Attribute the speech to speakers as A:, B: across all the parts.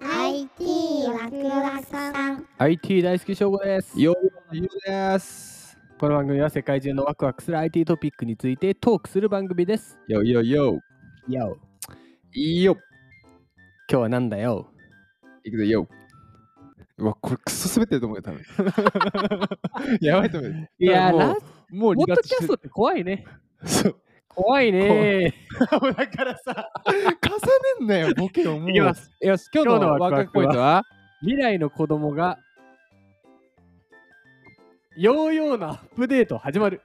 A: IT ワクワクさん
B: IT 大好き翔吾です
C: ようゆうです。
B: この番組は世界中のワクワクする IT トピックについてトークする番組です
C: よよよ。
B: よ
C: いいよ。
B: 今日はなんだよ
C: いくぞよ。うわ、これクソ滑ってると思うよ、多分。 やばいと思うよ。
B: いやー
C: も
B: ラ
C: う、もう
B: ポ
C: 離
B: ッド
C: 脱
B: キャ
C: して
B: スト
C: る。
B: って怖いね
C: そう。
B: 怖いね
C: だからさ、重ねんなよ、ボケをもう。
B: いきます。
C: よし、今日
B: 今日の
C: の
B: ワク
C: ワ
B: ワ
C: クワ
B: ク
C: クポイントは
B: 未来の子供がヨーヨーなアップデート始まる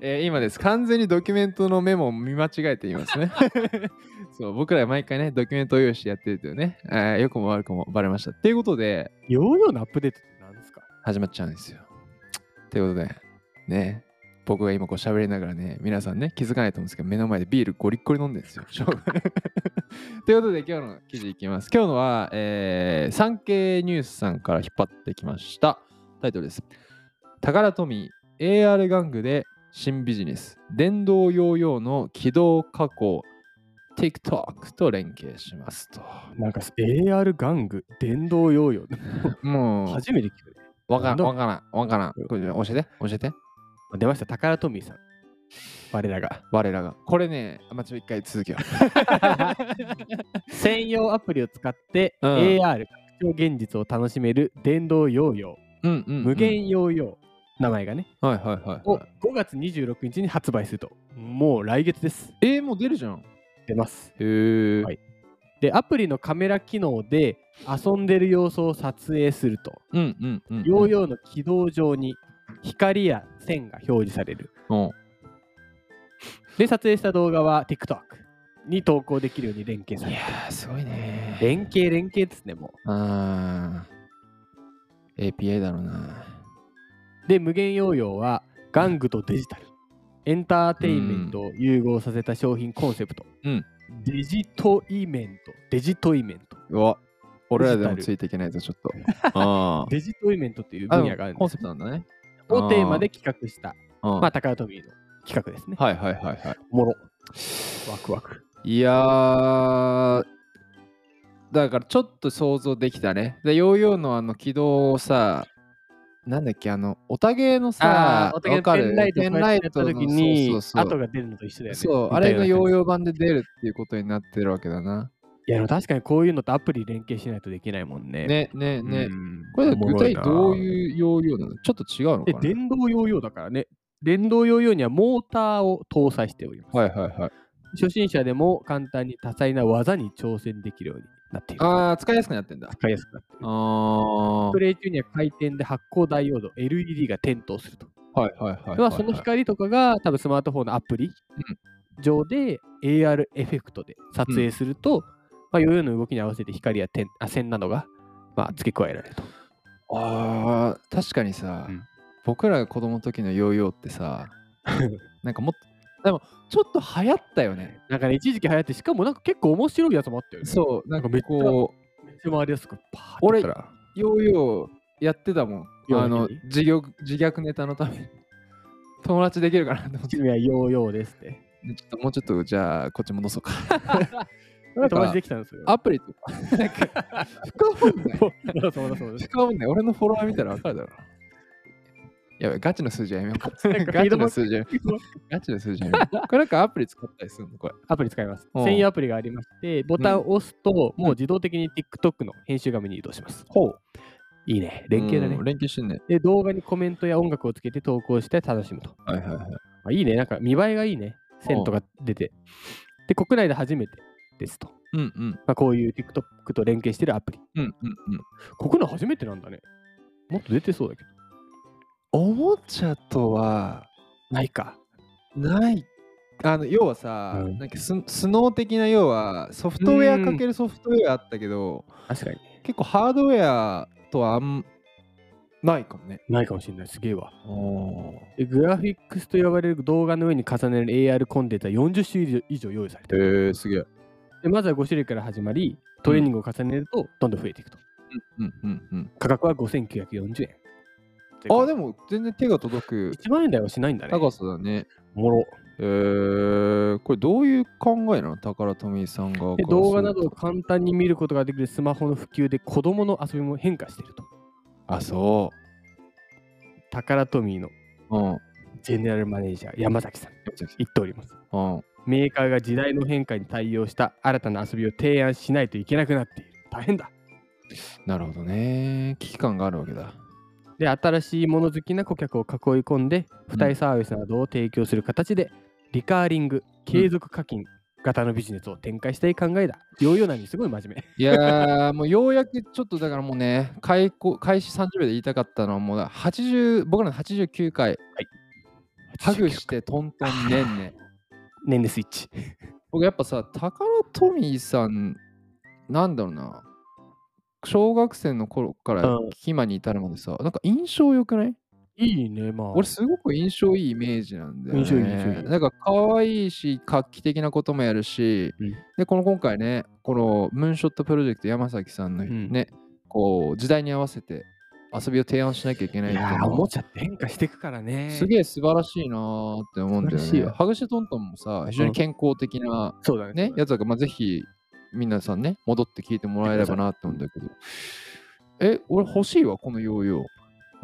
C: えー今です。完全にドキュメントのメモを見間違えていま すね。そう、僕ら毎回ね、ドキュメントを用意してやってるというね、えー良くも悪くもバレました。っていうことで、
B: ヨーヨーのアップデートって何ですか
C: 始まっちゃうんですよ。ということで、ね、僕が今こう喋りながらね、皆さんね、気づかないと思うんですけど、目の前でビールゴリッゴリ飲んでるんです よ。しょうがないということで、今日の記事いきます。今日のは、えー、産経ニュースさんから引っ張ってきました。タイトルです。宝富 AR 玩具で新ビジネス、電動ヨーヨーの起動加工、TikTok と連携しますと。
B: なんか AR 玩具電動ヨーヨー
C: もう、
B: 初めて聞く
C: わか
B: な
C: らん、
B: んだ
C: わからん、わからん。これ教えて、教えて。
B: 出ました宝富さん我らが
C: 我らが。これね、あまあ、ちょ、一回続きを。
B: 専用アプリを使って、
C: うん
B: AR 拡張現実を楽しめる電動ヨーヨ
C: うんうん、
B: ー無限ヨーヨー名前がね
C: はいはいはい
B: を
C: は
B: 5
C: い。
B: 月26日に発売するともう来月です
C: えー、もう出るじゃん。
B: 出ます
C: へえ、
B: はいでアプリのカメラ機能で遊んでる様子を撮影すると
C: うんうんうんうん。
B: ヨーヨーの軌道上に光や線が表示される
C: うん
B: で撮影した動画は TikTok に投稿できるように連携さ
C: い
B: れ
C: や
B: る
C: ー、すごいねー。
B: 連携連携ですねもう
C: あー。APA だろうな。
B: で無限ヨーヨーは玩具とデジタルエンターテインメントを融合させた商品コンセプト、
C: うん
B: デジトイメントデジトイメント
C: うわ、俺らで
B: デジタ
C: も
B: ル
C: ついていけないとちょ っと。あー
B: デジトイメントっていう
C: あ
B: 分
C: で
B: 野
C: も
B: があるん
C: コ
B: で
C: ン
B: す
C: セプトなんだね。
B: をテーマで企画した
C: うん
B: まあ高田富の企画ですね
C: はいはいはいは
B: おもろワクワク
C: い。いやー。だからちょっと想像できたね。で、ヨーヨーのあの軌道をさ、なんだっけ、あの、おたげのさ、
B: お互い
C: わか
B: ペ
C: る
B: ンライト
C: ペ
B: を
C: ン
B: こうやって
C: ライ
B: やっ
C: ト
B: た
C: の
B: 時に
C: そうそうそう
B: 後が出るのと一緒だよね
C: そう、あれのヨー
B: ー
C: ヨー版で出るっていうことになってるわけだな。
B: いやでも確かにこういうのとアプリ連携しないとできないもんね
C: ね、ね、ね。
B: うん
C: これ
B: おも
C: 具
B: ろ
C: 体
B: い
C: に
B: な
C: どういうヨーヨーなのちょっと違うの
B: で
C: かな
B: 電動ヨーヨーだからね電動ヨーヨーにはモーターを搭載しております、
C: はいはいはい。
B: 初心者でも簡単に多彩な技に挑戦できるようになっている
C: ああ、使いやすくなってんだ。
B: 使いやすくなってい
C: あ
B: る
C: あ。
B: プレイ中には回転で発光ダイオード LED が点灯すると、
C: はいはいはい。
B: ではその光とかが多分スマートフォンのアプリ上で AR エフェクトで撮影すると、まあ、ヨーヨーの動きに合わせて光や点あ線などが、まあ、付け加えられ ると
C: ああ、確かにさ、
B: うん
C: 僕らが子供の時のヨーヨーってさ、なんかもっと、でもちょっと流行ったよね。
B: なんかね一時期流行ってしかもなんか結構面白いやつもあったよね
C: そう、なんか
B: なんかめっちゃ
C: こう、
B: めっちゃ回りやすくパーって
C: 俺
B: やったら
C: ヨーヨーやってたもん。
B: ヨーヨー
C: あの
B: に
C: 自虐自虐ネタのために 友達できるかなと思って。
B: 君はヨーヨーですって
C: ねちょっともうちょっとじゃあこっち戻そうか。
B: 友達できたんですよ
C: アプリとか。なんか深掘んない。
B: そうそうそう
C: 深掘んない。俺のフォロワー見たらわかるだろ。やべ、ガチの数字はやめ ようか。
B: なんか
C: ガチの数字はやめ
B: フ
C: よ
B: ィードバック
C: う。ガチの数字はやめよ う。これなんかアプリ使ったりするのこれ。
B: アプリ使います。
C: うん
B: 専用アプリがありまして、ボタンを押すと、もう自動的に TikTok の編集画面に移動します。
C: ほう。
B: いいね。連携だね
C: うん。連携してんね。
B: で、動画にコメントや音楽をつけて投稿して楽しむと。
C: はいはいはい。
B: あいいね。なんか見栄えがいいね。線とか出て。で、国内で初めてですと。
C: うんうん。
B: まあ、こういう TikTok と連携してるアプリ。
C: うんうんうん。
B: 国内初めてなんだね。もっと出てそうだけど。
C: おもちゃとは
B: ないか。
C: ない。あの要はさ、
B: うん
C: なんかススノー的な要はソフトウェアかけるソフトウェアあったけど、
B: 確かに。
C: 結構ハードウェアとはあんないかもね。
B: ないかもしれない。すげえわ。
C: お
B: でグラフィックスと呼ばれる動画の上に重ねる AR コンテンツは40種類以上用意されて
C: え
B: る。
C: ー、すげえ。
B: でまずは5種類から始まり、トレーニングを重ねるとどんどん増えていくと。
C: うんうんうん。
B: 価格は5940円。
C: あ、で
B: も
C: も全然手が届く
B: 1万円台はしないんだね。
C: 高さだね。
B: おもろ。
C: えー、これどういう考えなの宝富井さんが。
B: で動画などを簡単に見ることができるスマホの普及で子供の遊びも変化していると。
C: あ、そ
B: 宝富の
C: う。うん。
B: ジェネラルマネージャー山崎さん言っております。
C: うん。
B: メーカーが時代の変化に対応した新たな遊びを提案しないといけなくなっている。大変だ。
C: なるほどね。危機感があるわけだ。
B: で、新しいもの好きな顧客を囲い込んで、付帯サービスなどを提供する形で、リカーリング、継続課金型のビジネスを展開したい考えだ。ヨーヨーなにすごい真面目。
C: いやー、もうようやくちょっとだからもうね、開講開始30秒で言いたかったのは、もうだ80、僕らの89回、ハグしてトントンねんね。
B: 年齢スイッチ。
C: 僕やっぱさ、宝富さん、なんだろうな、小学生の頃から
B: うん
C: 今に至るまでさ、なんか印象良くない
B: いいね、まあ。
C: 俺すごく印象いいイメージなんだよね。
B: 印象いい印象いい
C: なんか可愛いし、画期的なこともやるし、
B: うん
C: で、この今回ね、このムーンショットプロジェクト山崎さんの
B: ん
C: ね、こう、時代に合わせて遊びを提案しなきゃいけない
B: い
C: っていう
B: やー、
C: の
B: おも
C: は
B: ちゃって変化していくからね。
C: すげえ素晴らしいなーって思うんだよ
B: 素晴らしい
C: ね。
B: よ
C: ハグシトントンもさ、非常に健康的な、
B: そうだね。
C: ね、やつだから、まあ、ぜひ、皆さんね、戻って聞いてもらえればなって思うんだけど。え、俺欲しいわ、このヨーヨー。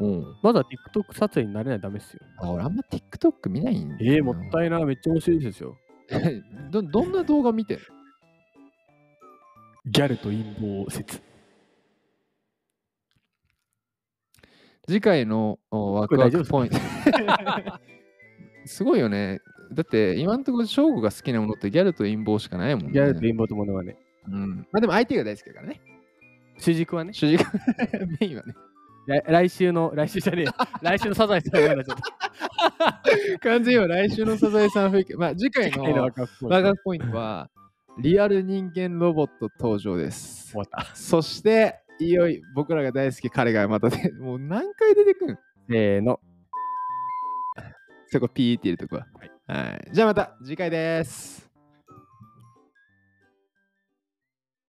C: うん。
B: まだ TikTok 撮影になれないとダメっすよ。
C: あ俺あんま TikTok 見ないんだよな
B: えー、もったいな。めっちゃ面白いですよ。
C: え どどんな動画見てんの
B: ギャルと陰謀説。
C: 次回のおワクワクポイント。 すごいよね。だって今のところ翔吾が好きなものってギャルと陰謀しかないもん ね。
B: ギャルと陰謀とものはね。
C: うん。まあでも相手が大好きだからね。
B: 主軸はね、
C: 主人公 メインはね。
B: 来来週の、来週じゃねえよ来週のサザエさんのようなちょっと。
C: 完全には来週のサザエさん風景。まあ次回の
B: 次回のワ
C: ワ
B: クワクポイント
C: クワクポイントはリアル人間ロボット登場です
B: 終。わった。
C: そしていよいよ僕らが大好き彼がまたで、もう何回出てくん
B: せーの。
C: そこピーって入れとくわ。はい。じゃあまた次回です。